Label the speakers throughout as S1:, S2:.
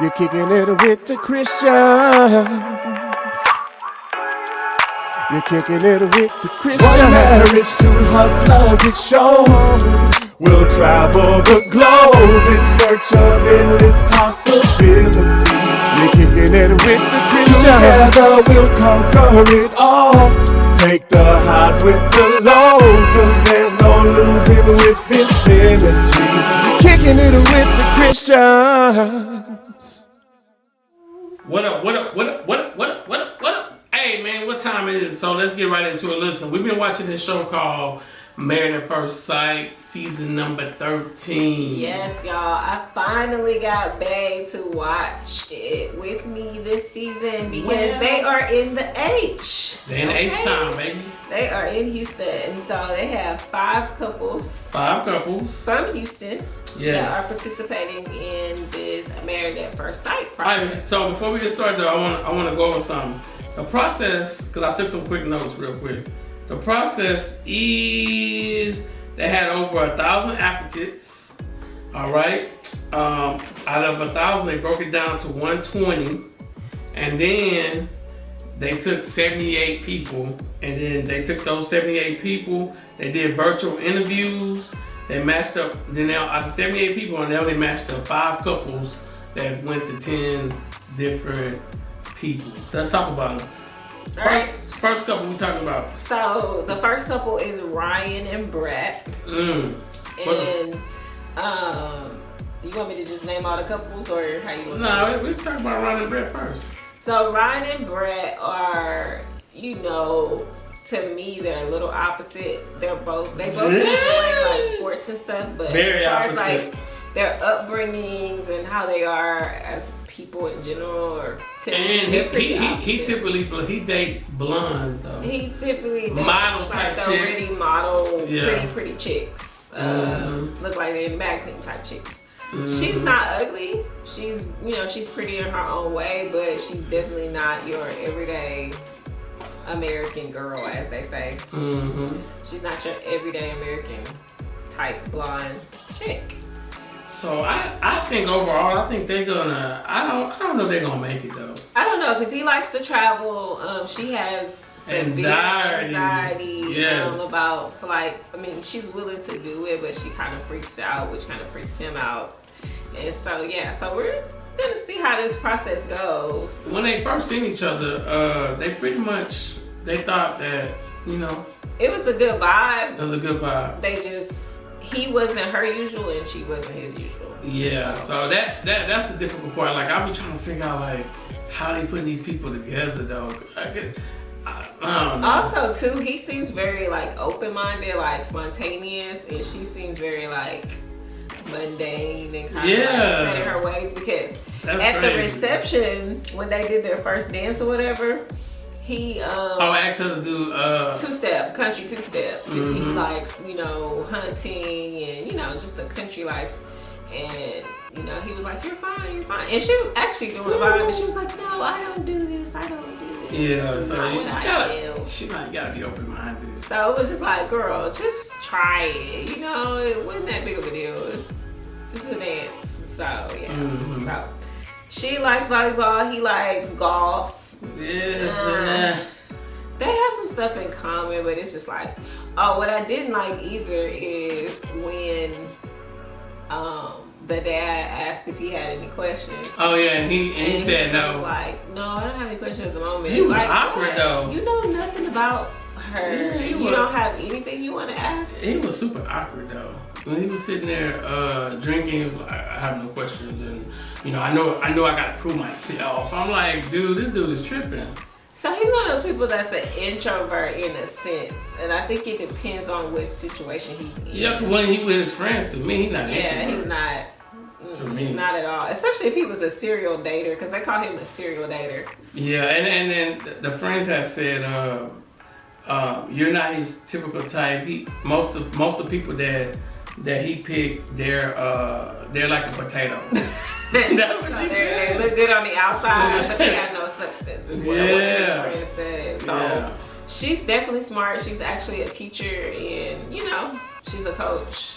S1: You're kicking it with the Christians. You're kicking it with the Christians.
S2: One marriage, two hustlers, it shows. We'll travel the globe in search of endless possibilities.
S1: You're kicking it with the Christians.
S2: Together we'll conquer it all. Take the highs with the lows, cause there's no losing with this energy.
S1: Kicking it with the Christians.
S3: What up, what up, what up, what up, what up, what up, what up? Hey man, what time it is? So let's get right into it. Listen, we've been watching this show called Married at First Sight, season number 13.
S4: Yes, y'all. I finally got Bay to watch it with me this season because
S3: Well.
S4: they are in the H.
S3: Then H time, baby.
S4: They are in Houston, and so they have five couples
S3: Five couples.
S4: from Houston that are
S3: Yes.
S4: participating in this Married at First Sight
S3: All right,
S4: process.
S3: so before we get started, though, I want I want to go over something. The process, because I took some quick notes real quick. The process is they had over a thousand applicants. All right, um, out of a thousand, they broke it down to 120, and then they took 78 people, and then they took those 78 people. They did virtual interviews. They matched up. Then they, out of 78 people, and they only matched up five couples that went to 10 different people. So let's talk about them.
S4: All right.
S3: First, first couple we talking about.
S4: So the first couple is Ryan and Brett,
S3: Mm.
S4: and um, you want me to just name all the couples or how you? want me to
S3: No, we, we just talking about Ron and Brett first.
S4: So Ryan and Brett are, you know, to me they're a little opposite. They're both they both enjoy like sports and stuff, but
S3: Very
S4: as far as
S3: opposite.
S4: like their upbringings and how they are as people in general, or to
S3: And he
S4: me, they're
S3: he,
S4: pretty
S3: he, he
S4: opposite.
S3: typically bl- he dates blondes though.
S4: He typically dates,
S3: Model type
S4: like the
S3: chicks.
S4: really model,
S3: Yeah.
S4: pretty pretty chicks. Um,
S3: Mhm.
S4: look like they're magazine type chicks. She's not ugly. She's you know she's pretty in her own way, but she's definitely not your everyday American girl, as they say.
S3: hmm
S4: She's not your everyday American type blonde chick.
S3: So I I think overall I think they're gonna I don't I don't know if they're gonna make it though.
S4: I don't know because he likes to travel. Um, she has severe
S3: Anxiety.
S4: anxiety
S3: Yes.
S4: um, about flights. I mean, she's willing to do it, but she kind of freaks out, which kind of freaks him out. And so, yeah, so we're gonna see how this process goes.
S3: When they first seen each other, uh, they pretty much they thought that you know
S4: It was a good vibe.
S3: it was a good vibe.
S4: They just he wasn't her usual, and she wasn't his usual.
S3: Yeah. So that that that's the difficult part. Like I be trying to figure out like how they putting these people together though. I, could, I, I don't know.
S4: Also, too, he seems very like open-minded, like spontaneous, and she seems very like mundane and kind of
S3: Yeah.
S4: like, set in her ways. Because
S3: That's
S4: at
S3: crazy.
S4: the reception, when they did their first dance or whatever, he
S3: Oh,
S4: um
S3: I asked her to do uh
S4: two-step, country two-step, because he
S3: Mhm.
S4: likes you know hunting and you know just the country life and. You know, he was like, "You're fine, you're fine," and she was actually doing fine, but she was like, "No, I don't do this, I don't do this."
S3: yeah.
S4: This is
S3: So
S4: not
S3: you,
S4: what I do."
S3: gotta she might gotta be open minded.
S4: So it was just like, girl, just try it. You know, it wasn't that big of a deal. It's it's a dance. So yeah.
S3: Mhm.
S4: So she likes volleyball. He likes golf.
S3: Yes.
S4: Uh,
S3: yeah.
S4: They have some stuff in common, but it's just like, oh, what I didn't like either is when um, the dad asked if he had any questions.
S3: Oh yeah. And he and he said
S4: was
S3: no.
S4: like, no, I don't have any questions at the moment.
S3: He was
S4: like,
S3: awkward,
S4: what?
S3: though.
S4: You know nothing about her.
S3: Yeah, he
S4: you
S3: was-
S4: don't have anything you want to ask.
S3: He was super awkward though. When he was sitting there uh, drinking, he was like, I I have no questions, and you know, I know, I know, I gotta prove myself. I'm like, dude, this dude is tripping.
S4: So he's one of those people that's an introvert in a sense, and I think it depends on which situation he's in.
S3: Yeah, 'cause when he with his friends, to me, he's not. an
S4: Yeah,
S3: introvert.
S4: he's not.
S3: To me.
S4: Not at all. Especially if he was a serial dater, because they call him a serial dater.
S3: Yeah, and and then the friends had said, uh, uh, "You're not his typical type." He most of most of people that that he picked, they're uh, they're like a potato. That's what
S4: So
S3: she
S4: they- They
S3: said.
S4: look good on the outside, but they have no substance. Is what
S3: Yeah.
S4: yeah. friend said. So
S3: Yeah.
S4: she's definitely smart. She's actually a teacher, and you know, she's a coach.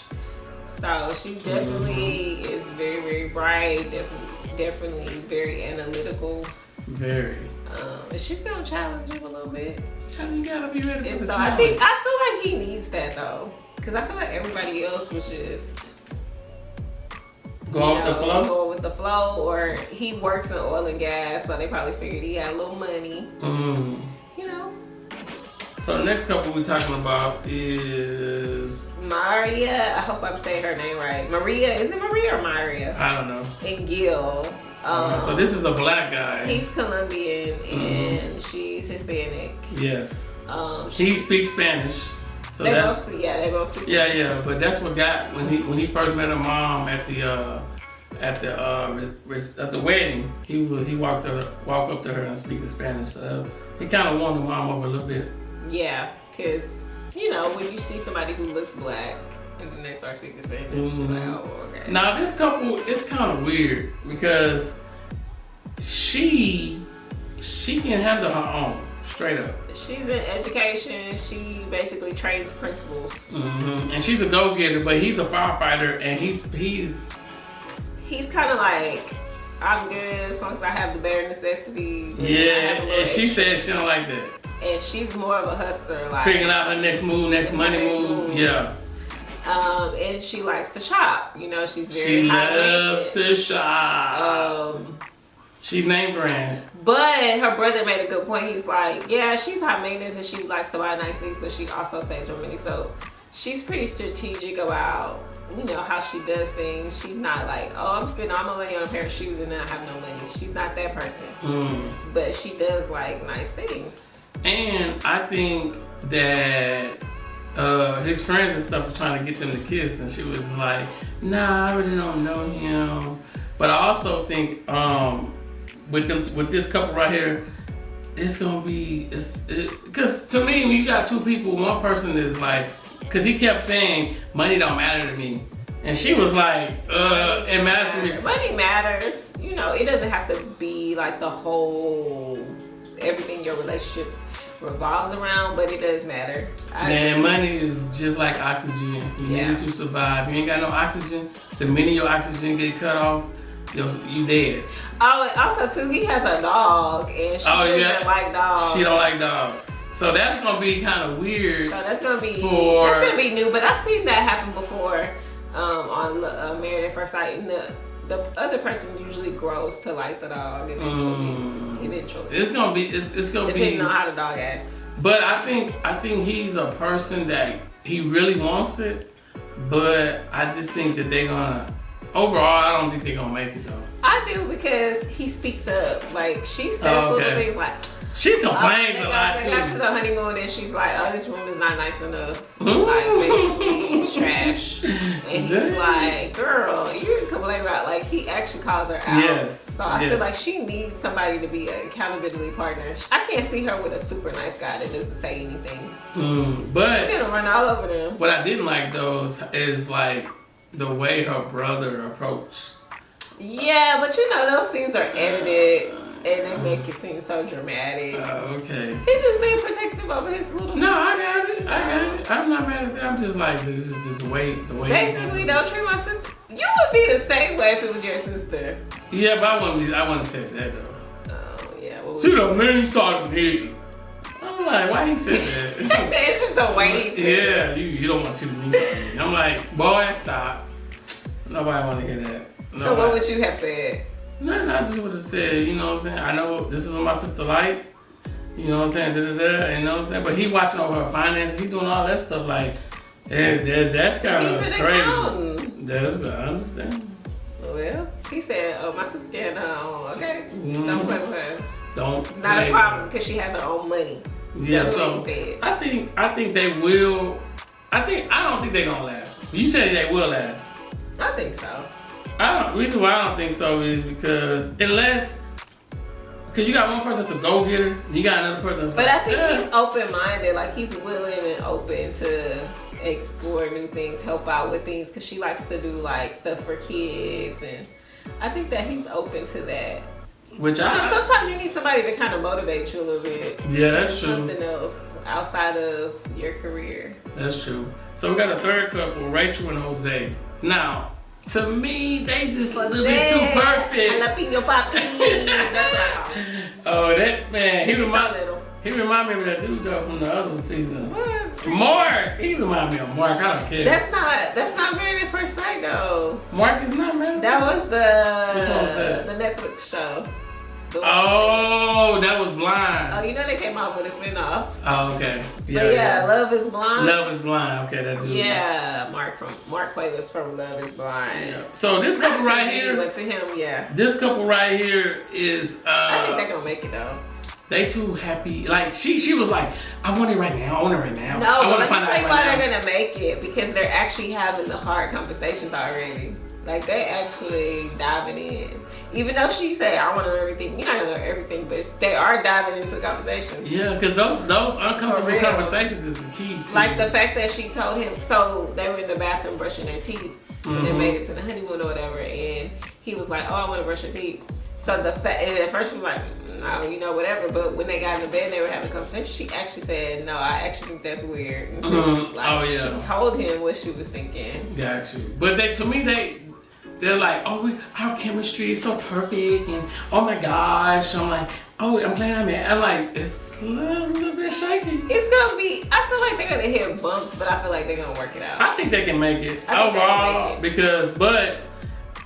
S4: So she
S3: Mm-hmm.
S4: definitely is very, very bright. Definitely, definitely very analytical.
S3: Very.
S4: Um, and she's gonna challenge you a little bit.
S3: Yeah, you gotta be ready for
S4: And
S3: the
S4: so
S3: challenge.
S4: I think I feel like he needs that though, because I feel like everybody else was just
S3: Go off
S4: you
S3: the
S4: know,
S3: flow.
S4: going with the flow, or he works in oil and gas, so they probably figured he had a little money.
S3: Mm.
S4: You know,
S3: So the next couple we're talking about is
S4: Maria. I hope I'm saying her name right. Maria, is it Maria or Maria?
S3: I don't know. Uh,
S4: And Gil. Um,
S3: so this Mm-hmm. is a black guy.
S4: He's Colombian and she's Hispanic.
S3: yes.
S4: Um, she,
S3: He speaks Spanish. So
S4: they
S3: that's
S4: both speak, yeah, they both speak.
S3: Yeah, yeah, but that's what got when he when he first met her mom at the uh, at the uh, re- re- at the wedding. He was he walked her, walked up to her and speak in Spanish. So he kind of won the mom over a little bit.
S4: Yeah, because, you know, when you see somebody who looks black and then they start speaking Spanish, you're like,
S3: Mhm.
S4: oh, okay.
S3: Now this couple it's kind of weird because she she can handle her own straight up,
S4: She's in education. She basically trains principals.
S3: hmm and she's a go getter. But he's a firefighter and he's he's
S4: He's kind of like, I'm good as long as I have the bare necessities. and I
S3: yeah.
S4: have a little
S3: And she
S4: extra."
S3: said she don't like that.
S4: and she's more of a hustler. Like,
S3: Figuring out her next move, next
S4: my
S3: money
S4: next
S3: move.
S4: move.
S3: Yeah.
S4: Um, and she likes to shop. You know, she's very
S3: She
S4: high
S3: loves to
S4: maintenance.
S3: shop.
S4: Um,
S3: She's name brand.
S4: But her brother made a good point. He's like, yeah, she's high maintenance and she likes to buy nice things, but she also saves her money. So she's pretty strategic about, you know, how she does things. She's not like, oh, I'm spending all my money on a pair of shoes and then I have no money. She's not that person.
S3: Mm.
S4: But she does like nice things.
S3: And I think that uh, his friends and stuff was trying to get them to kiss, and she was like, "Nah, I really don't know him." But I also think um, with them, with this couple right here, it's gonna be it's because to me, when you got two people, one person is like, because he kept saying, "Money don't matter to me," and she was like, "Uh, it matters to me."
S4: Money matters. You know, it doesn't have to be like the whole everything your relationship revolves around, but it does matter. I
S3: Man, money is just like oxygen. You need
S4: Yeah.
S3: it to survive. You ain't got no oxygen. The minute your oxygen get cut off, you're, you dead.
S4: Oh, and also too, he has a dog, and she
S3: Oh,
S4: doesn't
S3: yeah.
S4: like dogs.
S3: She don't like dogs. So that's gonna be kind of
S4: So
S3: weird.
S4: that's gonna be
S3: For-
S4: that's gonna be new. But I've seen that happen before um, on uh, Married at First Sight, and the the other person usually grows to like the dog eventually.
S3: Mm.
S4: Eventually,
S3: It's gonna be. It's, it's gonna
S4: depending
S3: be.
S4: on how the dog acts.
S3: But I think I think he's a person that he really wants it. But I just think that they're gonna. Overall, I don't think they're gonna make it though.
S4: I do because he speaks up. Like she says
S3: Oh,
S4: little
S3: okay.
S4: things like,
S3: She
S4: oh,
S3: complains
S4: they
S3: a
S4: got,
S3: lot
S4: they got to
S3: too.
S4: the honeymoon and she's like, oh, this room is not nice enough.
S3: Ooh.
S4: Like, basically, it's trash. And he's
S3: Dang.
S4: like, girl, you can complain about, like, he actually calls her out.
S3: Yes,
S4: So I feel
S3: yes.
S4: like she needs somebody to be an accountability partner. I can't see her with a super nice guy that doesn't say anything.
S3: Mm,
S4: She's
S3: but
S4: gonna run all over them.
S3: What I didn't like though is- is like the way her brother approached.
S4: Yeah, but you know, those scenes are edited and they make it seem so dramatic.
S3: Uh, okay.
S4: He's just being protective over his little
S3: No, I
S4: sister.
S3: got it. I got it. I'm not mad at that. I'm just like this is just the way the way.
S4: Basically, don't treat my sister. You would be the same way if it was your sister.
S3: Yeah, but I wouldn't. Be, I wouldn't say that though.
S4: Oh yeah, well,
S3: See the mean side of me. I'm like, why he said that?
S4: it's just the way he said. it.
S3: yeah, you you don't want to see the mean side of me. I'm like, boy, stop. Nobody want to hear that.
S4: So what
S3: Nobody.
S4: would you have said?
S3: Nothing. I just would have said, you know what I'm saying? I know this is what my sister like. You know what I'm saying? Da, da, da, you know what I'm saying? But he watching over her finances. He doing all that stuff. Like, eh, that- that's kind
S4: He's
S3: of
S4: an
S3: crazy.
S4: accountant.
S3: That's good. I understand.
S4: Well, he said, "Oh, my sister's getting her own. Okay,
S3: Mhm.
S4: don't play with her.
S3: Don't.
S4: Not
S3: play.
S4: a problem because she has her own money."
S3: Yeah.
S4: That's
S3: So
S4: what he said.
S3: I think I think they will. I think I don't think they're gonna last. You said they will last.
S4: I think so.
S3: I don't. Reason why I don't think so is because unless. Cause you got one person that's a go getter, you got another person that's
S4: But
S3: like,
S4: I think
S3: "Eh."
S4: he's open minded. Like he's willing and open to explore new things, help out with things. Cause she likes to do like stuff for kids, and I think that he's open to that.
S3: Which
S4: You know,
S3: I
S4: sometimes you need somebody to kind of motivate you a little bit.
S3: yeah,
S4: to
S3: that's
S4: do
S3: true.
S4: Something else outside of your career.
S3: That's true. So we got a third couple, Rachel and Jose. Now, to me, they just a little bit too
S4: Yeah. I
S3: perfect.
S4: love you, your papi. That's what I
S3: Oh, that man, he
S4: He's so
S3: remind
S4: little.
S3: he remind me of that dude though from the other season.
S4: What?
S3: Mark, he remind me of Mark. I don't care.
S4: That's not that's not married at first sight though.
S3: Mark is not man.
S4: That was the
S3: Which one was that?
S4: the Netflix show. The one-
S3: Oh, that was
S4: Oh,
S3: blind.
S4: you know they came out with a spinoff.
S3: Oh, okay. Yeah,
S4: But yeah, Love is Blind.
S3: Love is blind. Okay, that dude.
S4: Yeah, Mark from Mark Cuevas from Love is Blind.
S3: Yeah. So this
S4: Not
S3: couple
S4: to
S3: right
S4: me,
S3: here,
S4: But to him, yeah.
S3: this couple right here is uh,
S4: I think they're gonna make it though.
S3: They too happy. Like she, she was like, "I want it right now. I want it right now.
S4: No,
S3: I
S4: but
S3: want
S4: let me tell you
S3: right
S4: why
S3: now."
S4: they're gonna make it because they're actually having the hard conversations already. Like they actually diving in. Even though she said, "I want to know everything," you're not gonna know everything, but they are diving into conversations.
S3: Yeah, because those those
S4: For
S3: uncomfortable
S4: real.
S3: conversations is the key. To,
S4: Like the fact that she told him, so they were in the bathroom brushing their teeth, and
S3: Mm-hmm.
S4: they made it to the honeymoon or whatever, and he was like, "Oh, I want to brush your teeth." So the fact, and at first she was like, "No, you know, whatever." But when they got in the bed, and they were having a conversation. She actually said, "No, I actually think that's weird."
S3: Mhm.
S4: Like
S3: Oh, yeah.
S4: she told him what she was thinking.
S3: got you. But they to me they they're like, "Oh, we, our chemistry is so perfect," and "Oh my gosh," I'm like, "Oh, I'm glad I'm in." I'm like, it's a little, little bit shaky.
S4: It's gonna be. I feel like they're gonna hit bumps, but I feel like they're gonna work it out.
S3: I think they can make it
S4: I think they can
S3: overall
S4: make it.
S3: because, but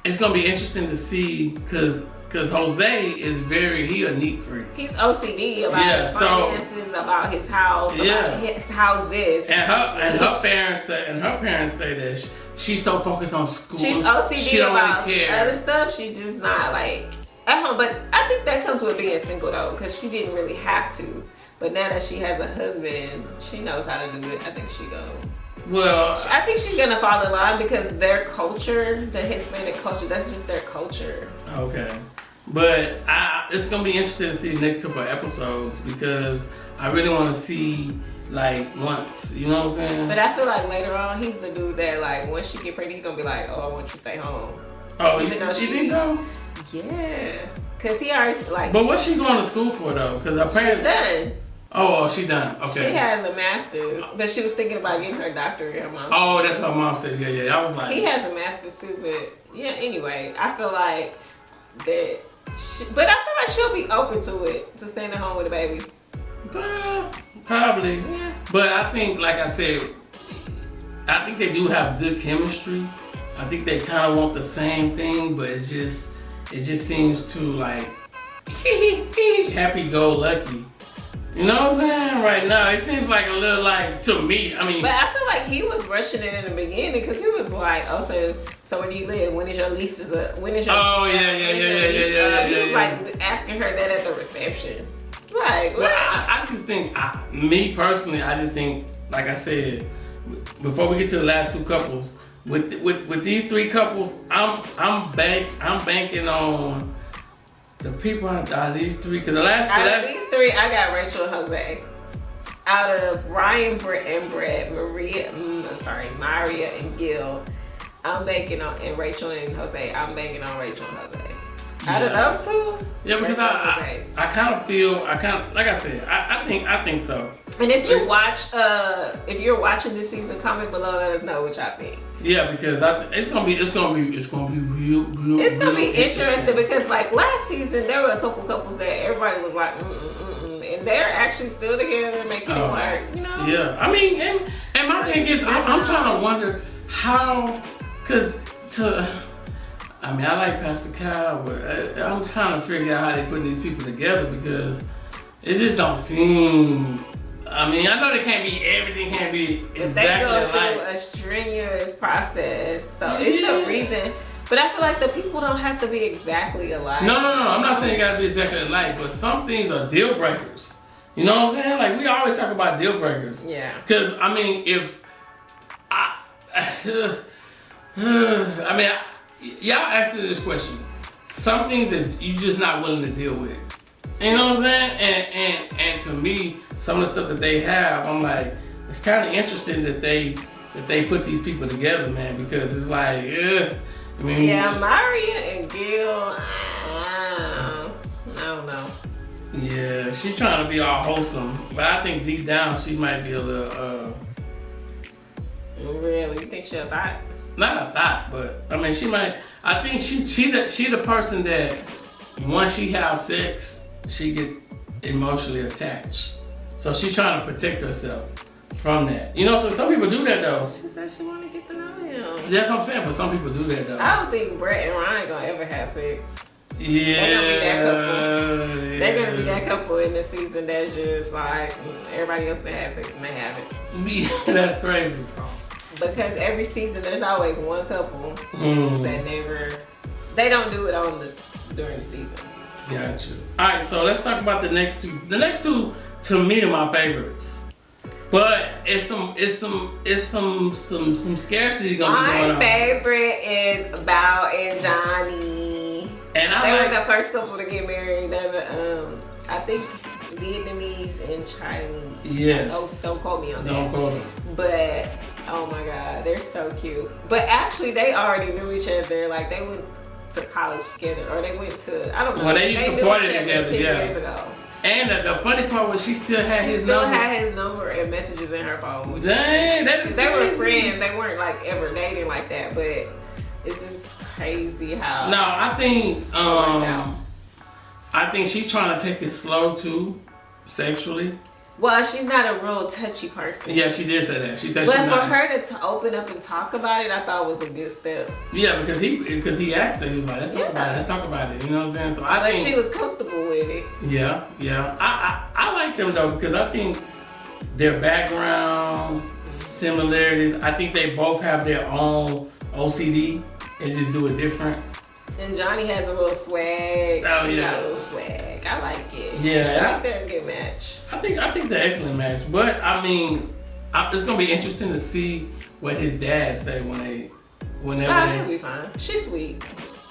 S3: it's gonna be interesting to see because because Jose is very he a neat freak.
S4: He's OCD about
S3: Yeah,
S4: his
S3: so-
S4: finances, about his house,
S3: Yeah.
S4: about his houses.
S3: And her and her parents say and her parents say that sh- she's so focused on school.
S4: She's OCD
S3: she don't
S4: about
S3: really care.
S4: other stuff. She's just not like at home. But I think that comes with being single though, because she didn't really have to. But now that she has a husband, she knows how to do it. I think she gonna.
S3: Well,
S4: I think she's gonna fall in line because their culture, the Hispanic culture, that's just their culture.
S3: okay, but I, it's gonna be interesting to see the next couple of episodes because I really want to see like once. You know what I'm saying?
S4: But I feel like later on, he's the dude that like once she get pregnant, he gonna be like, oh, I want you to stay home.
S3: oh, you,
S4: even though
S3: you
S4: she-
S3: think so?
S4: Yeah, cause he already like.
S3: But what's she going to school for though? Because her
S4: She's
S3: parents.
S4: done.
S3: Oh, oh, she done. Okay.
S4: She has a master's, but she was thinking about getting her doctorate. Her mom.
S3: Oh, that's what mom said. Yeah, yeah. I was like,
S4: He has a master's too, but yeah. Anyway, I feel like that, she, but I feel like she'll be open to it to staying at home with a baby.
S3: "Well, probably.
S4: Yeah.
S3: But I think, like I said, I think they do have good chemistry. I think they kind of want the same thing, but it's just, it just seems too like happy-go-lucky. You know what I'm saying? Right now, it seems like a little like to me. I mean,
S4: But I feel like he was rushing it in the beginning because he was like, "Oh, so so where do you live? When is your lease is up? When is your
S3: Oh, yeah, yeah,
S4: when is
S3: yeah,
S4: your
S3: yeah,
S4: lease
S3: yeah, yeah,
S4: up?" uh, He
S3: yeah,
S4: was
S3: yeah.
S4: like asking her that at the reception. Like,
S3: Well,
S4: what?
S3: I, I just think, I, me personally, I just think, like I said, w- before we get to the last two couples, with with with these three couples, I'm I'm bank I'm banking on the people out out of these three because the last the
S4: Out of
S3: last
S4: these three, I got Rachel and Jose. Out of Ryan, Brett, and Brett, Maria, mm, I'm sorry, Maria and Gil, I'm banking on, and Rachel and Jose, I'm banking on Rachel and Jose. Out
S3: Yeah.
S4: of those two,
S3: yeah because
S4: Rachel
S3: I I, I kind of feel I kind of like I said I, I think I think so
S4: and if you watch, uh, if you're watching this season, comment below, let us know what y'all think.
S3: yeah because I, th- it's gonna be it's gonna be it's gonna be real real
S4: It's gonna be
S3: real
S4: interesting because, like last season, there were a couple couples that everybody was like, mm, mm, mm, and they're actually still together, making
S3: Oh,
S4: it work. You know?
S3: Yeah, I mean, and, and my thing is, I'm, I'm trying to wonder how, cause to, I mean, I like Pastor Kyle, but I, I'm trying to figure out how they put these people together because it just don't seem. I mean, I know they can't be everything can't be
S4: But they go
S3: exactly
S4: through
S3: like.
S4: a strenuous process, so it's a
S3: Yeah.
S4: reason. But I feel like the people don't have to be exactly alike.
S3: No, no, no. I'm not saying it gotta be exactly alike, but some things are deal breakers. You know what I'm saying? Like we always talk about deal breakers.
S4: Yeah.
S3: Because I mean, if I, I mean, I, y'all asked me this question. Some things that you just not willing to deal with. You know what I'm saying? And and and to me, some of the stuff that they have, I'm like, it's kind of interesting that they that they put these people together, man, because it's like, ugh. I mean,
S4: Yeah, Maria and Gil. ah, I don't know.
S3: Yeah, she's trying to be all wholesome, but I think deep down she might be a little, uh,
S4: Really, you think she a thought?
S3: not a thought, but I mean she might. I think she she the, she the person that once she have sex, she get emotionally attached. So she's trying to protect herself from that. You know, so some people do that though.
S4: She said she want to get to know him.
S3: That's what I'm saying, but some people do that though.
S4: I don't think Brett and Ryan gonna ever have sex.
S3: Yeah.
S4: that couple.
S3: yeah.
S4: They're gonna be that couple in the season that's just like everybody else that has sex and they haven't.
S3: Yeah, that's crazy.
S4: Because every season there's always one couple
S3: Mm,
S4: that never, they don't do it on the during the season.
S3: gotcha. All right, so let's talk about the next two. The next two, to me, are my favorites. But it's some, it's some, it's some, some, some scarcity gonna be going
S4: My
S3: on.
S4: favorite is Bao and Johnny.
S3: And
S4: They
S3: I
S4: were
S3: like,
S4: the first couple to get married. They were, um, I think Vietnamese and Chinese.
S3: yes.
S4: Oh, don't quote me on that.
S3: Don't quote me.
S4: But oh my god, they're so cute. But actually, they already knew each other. Like they went to college together, or they went to I don't know.
S3: Well, they used to
S4: knew
S3: party
S4: each other
S3: together,
S4: 10
S3: yeah.
S4: years ago.
S3: And the, the funny part was she still had
S4: She
S3: his
S4: still
S3: number.
S4: had his number and messages in her phone.
S3: Dang, that is
S4: They were
S3: crazy.
S4: friends. They weren't like ever dating like that, but it's just crazy how.
S3: No, I think
S4: out.
S3: um, I think she's trying to take it slow too, sexually.
S4: Well, she's not a real touchy person.
S3: Yeah, she did say that. She said
S4: But
S3: she's
S4: for
S3: not.
S4: her to t- open up and talk about it, I thought was a good step.
S3: yeah, because he because he asked her, he was like, "Let's talk
S4: Yeah.
S3: about it. Let's talk about it." You know what I'm saying? So I
S4: But
S3: think
S4: she was comfortable with it.
S3: yeah, yeah. I, I I like them though because I think their background similarities. I think they both have their own OCD and just do it different.
S4: And Johnny has a little swag.
S3: Oh,
S4: she
S3: yeah.
S4: got a little swag. I like it.
S3: Yeah.
S4: I think they're a good match.
S3: I think I think they're excellent match, but I mean, I, it's gonna be interesting to see what his dad say when they whenever
S4: Ah, he'll
S3: they.
S4: be fine. She's sweet.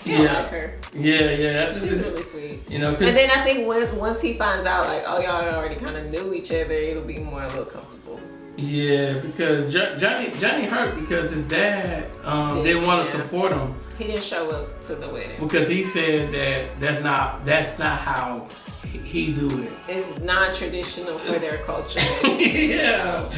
S4: You don't
S3: Yeah.
S4: like her.
S3: Yeah, yeah. that's-
S4: She's really sweet.
S3: you know, 'cause-
S4: And then I think once, once he finds out, like, oh, y'all already kind of knew each other, it'll be more a little comfortable.
S3: yeah, because Jo- Johnny Johnny hurt because his dad um,
S4: Did,
S3: didn't want to
S4: yeah.
S3: support him
S4: He didn't show up to the wedding.
S3: because he said that that's not that's not how he, he do it.
S4: It's non-traditional for their culture.
S3: yeah.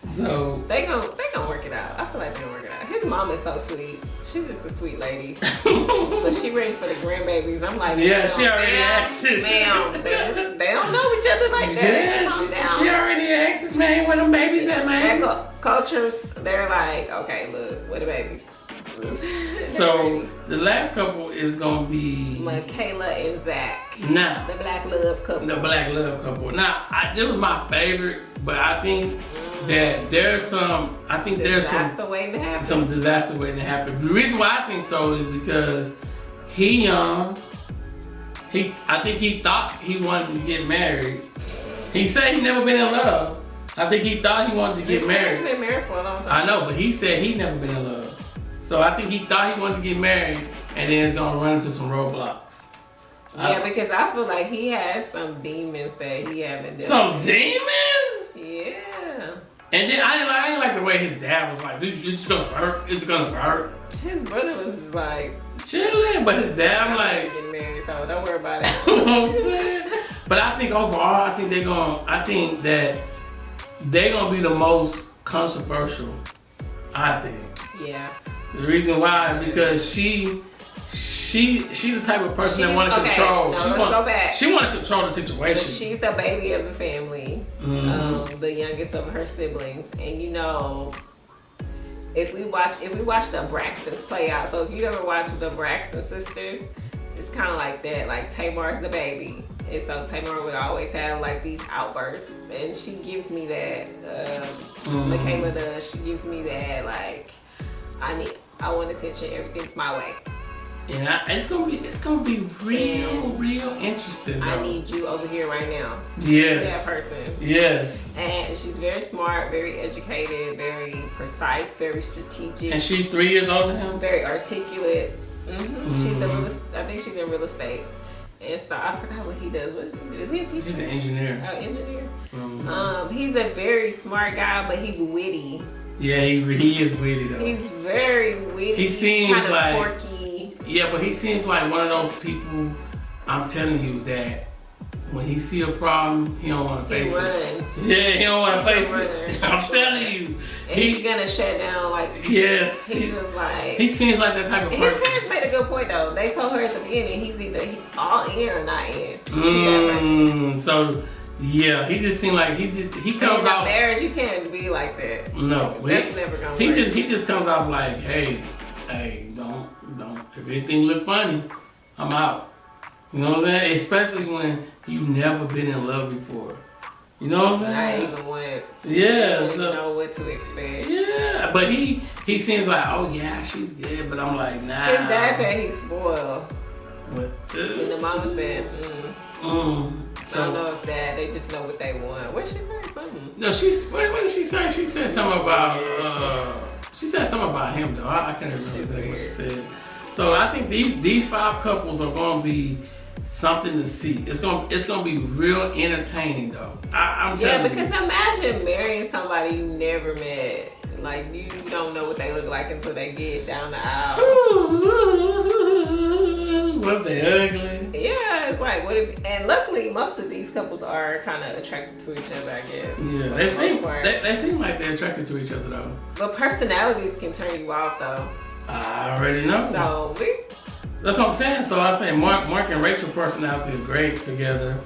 S3: So
S4: they gon' they gonna work it out. I feel like they gonna work it out. His mom is so sweet. She's just a sweet lady. But she ready for the grandbabies. I'm like,
S3: Yeah,
S4: ma'am,
S3: she already
S4: ma'am,
S3: asked it.
S4: ma'am. They, just, they don't know each other like that.
S3: yeah,
S4: Calm
S3: she, she
S4: down.
S3: already asked his man where them babies at,
S4: Their
S3: man.
S4: cul- cultures, they're like, okay, look, where the babies? They're
S3: So
S4: ready.
S3: the last couple is gonna be
S4: Michaela and Zach,
S3: now.
S4: the Black Love couple.
S3: the black love couple. Now, I, it was my favorite, but I think that there's some. I think there's
S4: That's
S3: some
S4: the way to happen.
S3: some disaster waiting to happen. The reason why I think so is because he young. He, I think he thought he wanted to get married. He said he never been in love. I think he thought he wanted to get
S4: He's
S3: married.
S4: been married for a long time.
S3: I know, but he said he never been in love. So I think he thought he wanted to get married, and then it's gonna run into some roadblocks. Uh, I-
S4: yeah, because I feel like he has some demons that he haven't dealt
S3: Some
S4: with.
S3: demons.
S4: Yeah.
S3: And then I didn't, like, I didn't like the way his dad was like, "This it's gonna hurt, it's gonna hurt."
S4: His brother was just like,
S3: Chilling, but his dad, I'm like,
S4: getting married, so don't worry about
S3: you know what I'm
S4: it.
S3: saying? But I think overall, I think they're gonna, I think that they're gonna be the most controversial. I think
S4: yeah.
S3: the reason why because she, she, she's the type of person that
S4: She's-
S3: want to
S4: okay,
S3: control.
S4: no,
S3: she
S4: let's
S3: wanna-
S4: go back.
S3: She want to control the situation.
S4: She's the baby of the family,
S3: Mhm.
S4: um, the youngest of her siblings, and you know, if we watch if we watch the Braxtons play out, so if you ever watch the Braxton sisters, it's kind of like that. Like Tamar's the baby, and so Tamar would always have like these outbursts, and she gives me that. Um, Michaela does. She gives me that like I need. I want attention. Everything's my way.
S3: and I, it's gonna be, it's gonna be real, real interesting. Though.
S4: I need you over here right now.
S3: yes,
S4: That person.
S3: yes.
S4: And she's very smart, very educated, very precise, very strategic,
S3: And she's three years older than him.
S4: very articulate. hmm She's
S3: Mm-hmm.
S4: a real. es- I think she's in real estate. And so I forgot what he does. What is he? do? Is he a teacher?
S3: He's an engineer.
S4: Uh, engineer. Um, he's a very smart guy, but he's witty.
S3: Yeah, he, he is witty though.
S4: He's very witty.
S3: He seems
S4: kind of
S3: like-
S4: quirky.
S3: yeah, but he seems like one of those people I'm telling you that when he see a problem, he don't want to
S4: He
S3: face it.
S4: runs.
S3: Yeah, he don't want to
S4: He's
S3: face
S4: a
S3: it.
S4: runner.
S3: I'm telling you,
S4: And he's
S3: he
S4: gonna shut down. Like
S3: yes,
S4: he
S3: he,
S4: was like.
S3: he seems like that type of
S4: his
S3: person.
S4: parents made a good point though. They told her at the beginning he's either he all in or not in. Yeah,
S3: Mm, so yeah, he just seemed like he just he comes
S4: in a
S3: out.
S4: marriage, you can't be like that.
S3: No,
S4: That's
S3: he,
S4: never gonna
S3: He
S4: work.
S3: just he just comes out like, hey, hey, don't don't. If anything look funny, I'm out. You know what I'm saying? Especially when you've never been in love before. You know what I'm
S4: I
S3: saying?
S4: even went.
S3: Mm. Yeah,
S4: You
S3: so-
S4: know what to expect.
S3: Yeah, but he he seems like, oh yeah, she's good, but I'm like, nah.
S4: His dad said he's spoiled,
S3: But,
S4: and the
S3: uh,
S4: mama said, mm,
S3: mm,
S4: "I don't know
S3: so
S4: if that. They just know what they want." What she said something.
S3: no, she's what, what did she say? She said something about uh, she said something about him though. I, I can't remember
S4: She's
S3: exactly what she
S4: weird.
S3: said. So I think these these five couples are gonna be something to see. It's gonna it's gonna be real entertaining though. I, I'm
S4: Yeah,
S3: telling
S4: because
S3: you.
S4: imagine marrying somebody you never met. Like you don't know what they look like until they get down the aisle.
S3: What if they ugly?
S4: Yeah, it's like what if? And luckily, most of these couples are kind of attracted to each other, I
S3: Yeah,
S4: guess. for
S3: they
S4: the most
S3: seem
S4: part.
S3: they, they seem like they're attracted to each other though.
S4: But personalities can turn you off though.
S3: I already know.
S4: So we
S3: That's what I'm saying. So I say Mark, Mark and Rachel personality are great together.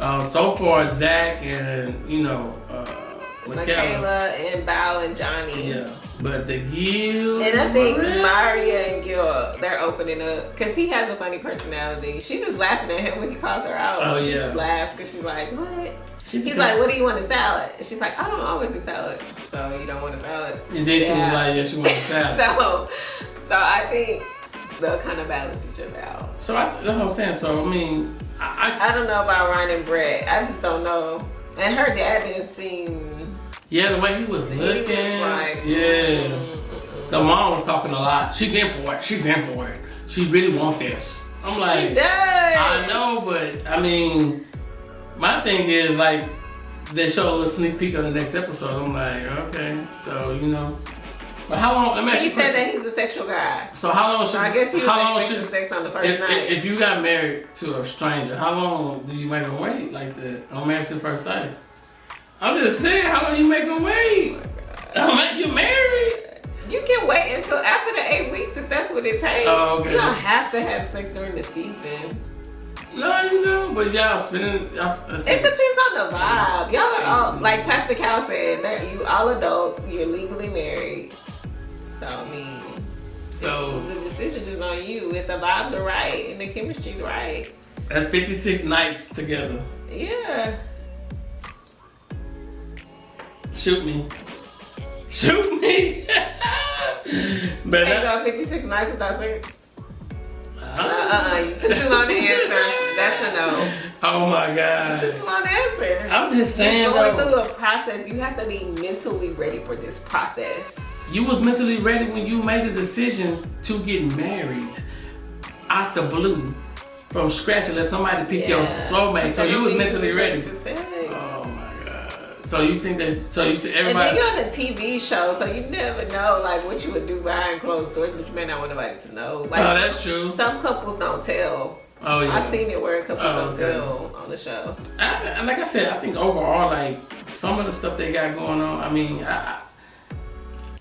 S3: Um, so far, Zach and you know uh, Michaela.
S4: Michaela and Bao and Johnny.
S3: Yeah, but the Gil
S4: And I think
S3: Maria-
S4: Maria and Gil, they're opening up because he has a funny personality. She's just laughing at him when he calls her out.
S3: Oh,
S4: she
S3: yeah.
S4: just laughs because she's like, "What?"
S3: She's
S4: He's
S3: the-
S4: like, "What do you want a salad?" And she's like, "I don't always eat salad, so you don't want a salad."
S3: And then she was
S4: Yeah.
S3: like, "Yeah, she wants a salad." so
S4: So, so I think they'll kind of balance each other out.
S3: I, that's what I'm saying. So I mean, I, I
S4: I don't know about Ryan and Brett. I just don't know. And her dad didn't seem.
S3: yeah, the way he was
S4: he was
S3: looking,
S4: like,
S3: yeah.
S4: mm-mm.
S3: The mom was talking a lot. She's in for it. She's in for it. She really want this. I'm like,
S4: she does.
S3: I know, but I mean, my thing is like they show a little sneak peek on the next episode. I'm like, okay, so you know, but how long? Let me ask
S4: He
S3: you. a
S4: said
S3: question.
S4: that he's a sexual guy.
S3: So how long should?
S4: So I guess he was
S3: how long
S4: expecting sex on the first
S3: if,
S4: night.
S3: if, if you got married to a stranger, how long do you make them wait? Like the on marriage to first sight. I'm just saying, how long you make them
S4: Oh
S3: wait? I'm like, you married?
S4: You can wait until after the eight weeks if that's what it takes.
S3: Oh, okay.
S4: You don't have to have sex during the season.
S3: No, you know, but y'all spending. Y'all, uh,
S4: It depends on the vibe. Y'all are
S3: Mm.
S4: all like Pastor Cal said. That you all adults. You're legally married. So I mean,
S3: so
S4: the decision is on you. If the vibes are right and the chemistry's right,
S3: that's 56 nights together.
S4: yeah.
S3: Shoot me. Shoot me. but
S4: Can't
S3: I,
S4: go 56 nights without sex. Uh uh
S3: uh,
S4: You took too long to answer. That's a no.
S3: oh my
S4: Took too
S3: god.
S4: long to answer.
S3: I'm just saying
S4: going
S3: though,
S4: through a process, you have to be mentally ready for this process.
S3: you was mentally ready when you made the decision to get married out the blue from scratch unless somebody pick your
S4: Yeah.
S3: soulmate. So you was
S4: Everything
S3: mentally ready.
S4: for sex.
S3: Oh my god. So you think that? So you think
S4: And then
S3: everybody?
S4: you're on a TV show, so you never know like what you would do behind closed doors, but you may not want nobody to know. Like
S3: Oh, that's true.
S4: some couples don't tell.
S3: Oh yeah.
S4: I've seen it where couples
S3: Oh,
S4: don't
S3: okay.
S4: tell on the show.
S3: I, I- like I said, I think overall, like some of the stuff they got going on. I mean, I, I-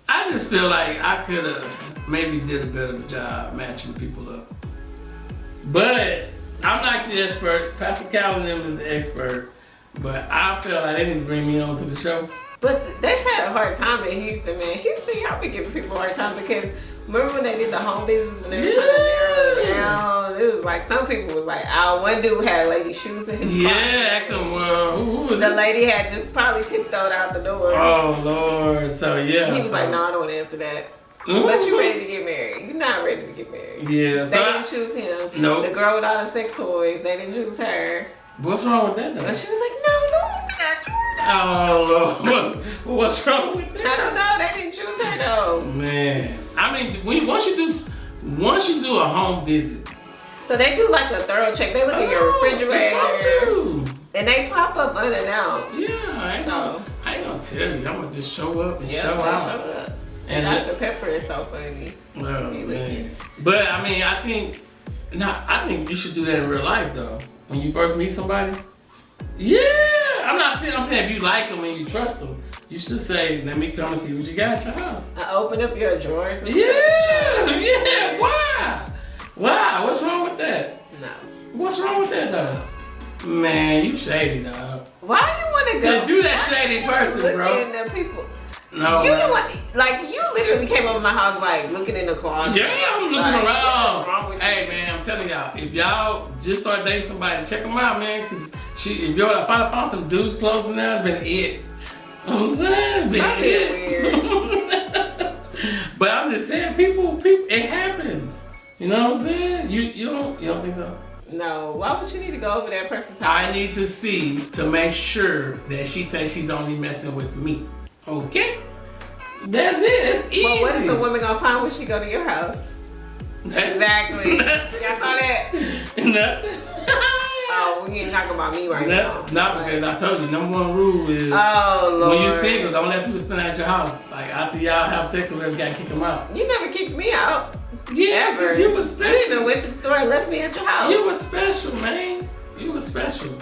S3: I just feel like I could have maybe did a better job matching people up. But I'm not the expert. Pastor Cal and them is the expert. But I feel like they need to bring me on to the show.
S4: But th- they had a hard time in Houston, man. Houston, y'all be giving people a hard time because remember when they did the home business when they were trying to narrow it
S3: Yeah.
S4: down? It was like some people was like, oh, one dude had lady shoes in his
S3: Yeah,
S4: pocket.
S3: ask them. Well, who, who was
S4: The
S3: this?
S4: lady had just probably tiptoed out the door.
S3: Oh Lord. So yeah.
S4: he was
S3: so-
S4: like, no, I don't want to answer that.
S3: Ooh.
S4: But you ready to get married. You're not ready to get married.
S3: Yeah.
S4: They
S3: So I-
S4: didn't choose him.
S3: Nope.
S4: The girl with all the sex toys, they didn't choose her.
S3: what's wrong with that
S4: But
S3: though?
S4: she was like, no, don't open that door.
S3: Oh Lord. what's wrong with that?
S4: I don't know. They didn't choose her though.
S3: Man, I mean, when once you do, once you do a home visit,
S4: So they do like a thorough check. They look at your
S3: Oh, you're
S4: refrigerator.
S3: supposed to.
S4: And they pop up unannounced.
S3: Yeah, I ain't,
S4: So-
S3: gonna, I ain't gonna tell you. I'm gonna just show up and
S4: Yeah,
S3: show
S4: they
S3: out.
S4: showed up.
S3: And
S4: Dr. Pepper is so funny.
S3: Oh,
S4: He
S3: man.
S4: looking.
S3: But I mean, I think Now, I think you should do that in real life, though. When you first meet somebody, yeah. I'm not saying I'm saying if you like them and you trust them, you should say, "Let me come and see what you got at your house."
S4: I open up your drawers. and-
S3: Yeah, yeah. Why? Why? What's wrong with that?
S4: No.
S3: What's wrong with that, dog? Man, you shady, dog.
S4: Why you want to go?
S3: Cause you that shady person,
S4: looking
S3: bro.
S4: at people.
S3: No.
S4: You
S3: man.
S4: know what? Like you literally came over my house like looking in the closet.
S3: Yeah, I'm looking
S4: Like, What's wrong
S3: around.
S4: with
S3: Hey
S4: you?
S3: man, I'm telling y'all, if y'all just start dating somebody, check them out, man. Cause she, if y'all if I found some dudes close in there, it's been it. I'm saying, been
S4: That's
S3: it. but I'm just saying, people, people, it happens. You know what I'm saying? You, you don't, you don't think so?
S4: No. Why would you need to go over that person's house?
S3: I need to see to make sure that she says she's only messing with me. Okay, that's it. It's easy.
S4: Well, what is a woman gonna find when she go to your house?
S3: That's-
S4: Exactly. you guys saw that?
S3: Nothing.
S4: Oh, we ain't talking about me right
S3: That's
S4: now.
S3: not because I told you number one rule is
S4: Oh lord.
S3: when you single, don't let people spend at your house. Like after y'all have sex or whatever, you gotta kick them out.
S4: You never kicked me out.
S3: Yeah,
S4: Ever.
S3: because you was
S4: You even
S3: special.
S4: went to the store and left me at your house.
S3: You was special, man. You was special.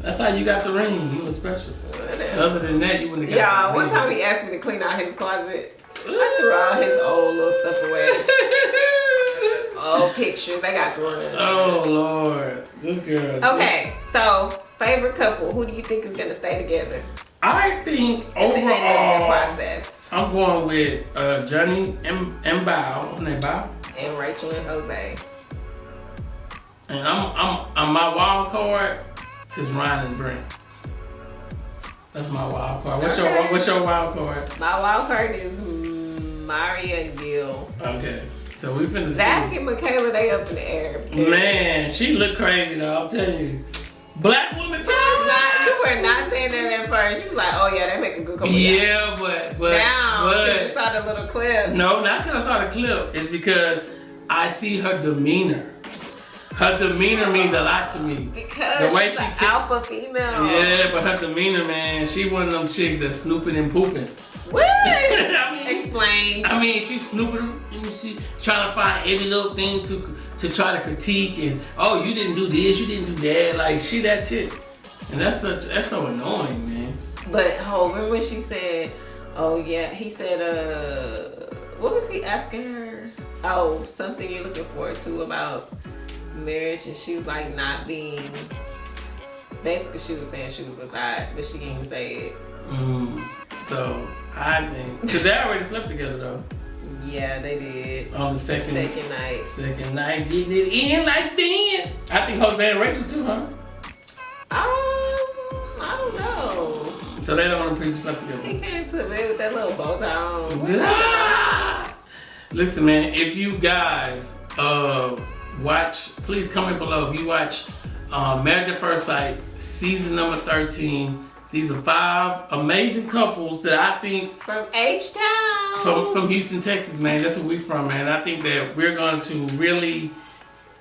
S3: That's how you got the ring. You was special. Other than that, you wouldn't have got.
S4: Yeah,
S3: the
S4: one
S3: ring.
S4: time he asked me to clean out his closet. I threw all his old little stuff away. Old Oh, pictures, they got thrown in.
S3: oh Lord, this girl.
S4: Okay, so favorite couple, who do you think is gonna stay together?
S3: I think
S4: At the end of the
S3: overall,
S4: process.
S3: I'm going with uh, Johnny M. M. Bao. Her name Bao.
S4: And Rachel and Jose.
S3: And I'm, I'm, and my wild card is Ryan and Brent. That's my wild card. What's your,
S4: Okay.
S3: what's your wild card?
S4: My wild card is Maria Gill.
S3: Okay, so we finna
S4: Zach
S3: see.
S4: and Michaela, they up in the air.
S3: Man, she look crazy though. I'm telling you, black woman
S4: It's
S3: power.
S4: not- you were not saying that at first. You was like, oh yeah, they make a good couple.
S3: Yeah, but, but,
S4: Now, because you
S3: but
S4: saw the little clip.
S3: no, not because I saw the clip. It's because I see her demeanor. Her demeanor means a lot to me.
S4: Because
S3: The way
S4: she's
S3: she
S4: an
S3: kick-
S4: alpha female.
S3: Yeah, but her demeanor, man, she one of them chicks that's snooping and pooping.
S4: What?
S3: I mean-
S4: Explain.
S3: I mean, she's snooping and she trying to find every little thing to to try to critique and oh, you didn't do this, you didn't do that. Like she that chick, and that's such that's so annoying, man.
S4: But oh, remember when she said, "Oh yeah," he said, "Uh, what was he asking her? Oh, something you're looking forward to about marriage?" And she's like, "Not being." Basically, she was saying she was a thought, but she didn't even say it.
S3: Mm, so I think because they already slept together though
S4: Yeah, they did.
S3: on the second second,
S4: Second night.
S3: night, getting it in like then. I think Jose and Rachel too, huh?
S4: Um, I don't know.
S3: So they don't want to slept together.
S4: He came to the bed with that little bow tie on. What
S3: Ah! Listen, man, if you guys uh, watch, please comment below. If you watch uh, Marriage at First Sight, season number 13, these are five amazing couples that I think
S4: From H Town.
S3: from, from Houston, Texas, man, that's where we from, man. I think that we're going to really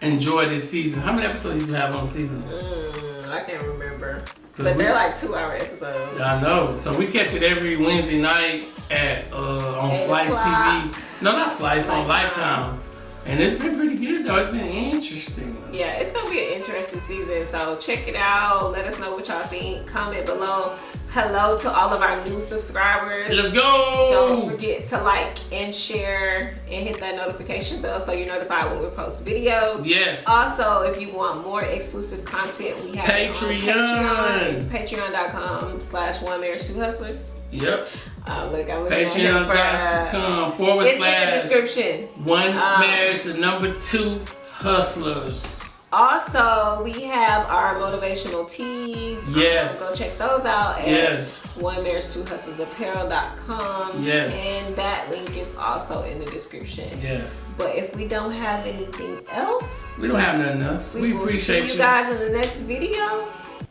S3: enjoy this season. How many episodes you have on season?
S4: Mm, I can't remember.
S3: 'Cause
S4: But
S3: we-
S4: they're like two hour episodes.
S3: I know. So we catch it every Wednesday night at uh on
S4: Eight
S3: Slice
S4: o'clock.
S3: TV. No, not Slice, on
S4: Lifetime.
S3: Lifetime. And it's been pretty good though. It's been interesting.
S4: Yeah, it's gonna be an interesting season. So check it out. Let us know what y'all think. Comment below. Hello to all of our new subscribers.
S3: Let's
S4: Don't
S3: go.
S4: forget to like and share and hit that notification bell so you're notified when we post videos.
S3: Yes.
S4: Also, if you want more exclusive content, we have it on
S3: Patreon.
S4: Patreon. Patreon.com slash one marriage two hustlers.
S3: Yep.
S4: Uh, look, I'm looking at him for, uh,
S3: Patreon.com forward
S4: It's in the
S3: slash
S4: description.
S3: one
S4: Um,
S3: marriage the number two hustlers.
S4: Also, we have our motivational teas.
S3: Yes.
S4: Um, go check those out at
S3: Yes.
S4: one marriage two hustles apparel.com.
S3: Yes.
S4: And that link is also in the description.
S3: Yes.
S4: But if we don't have anything else,
S3: We don't have nothing else. We,
S4: will
S3: appreciate
S4: see
S3: you.
S4: you guys in the next video.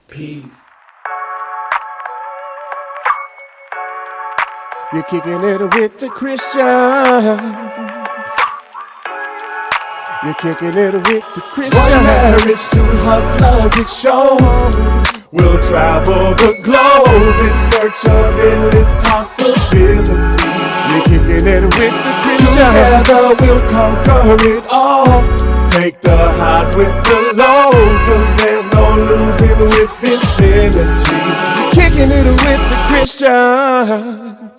S3: Peace.
S1: You're kicking it with the Christians. You're kicking it with the
S2: One
S1: Christians.
S2: marriage, two hustlers, it shows. We'll travel the globe in search of endless possibilities.
S1: You're kicking it with the Christians.
S2: Together we'll conquer it all. Take the highs with the lows, cause there's no losing with this energy.
S1: Kicking it with the Christian.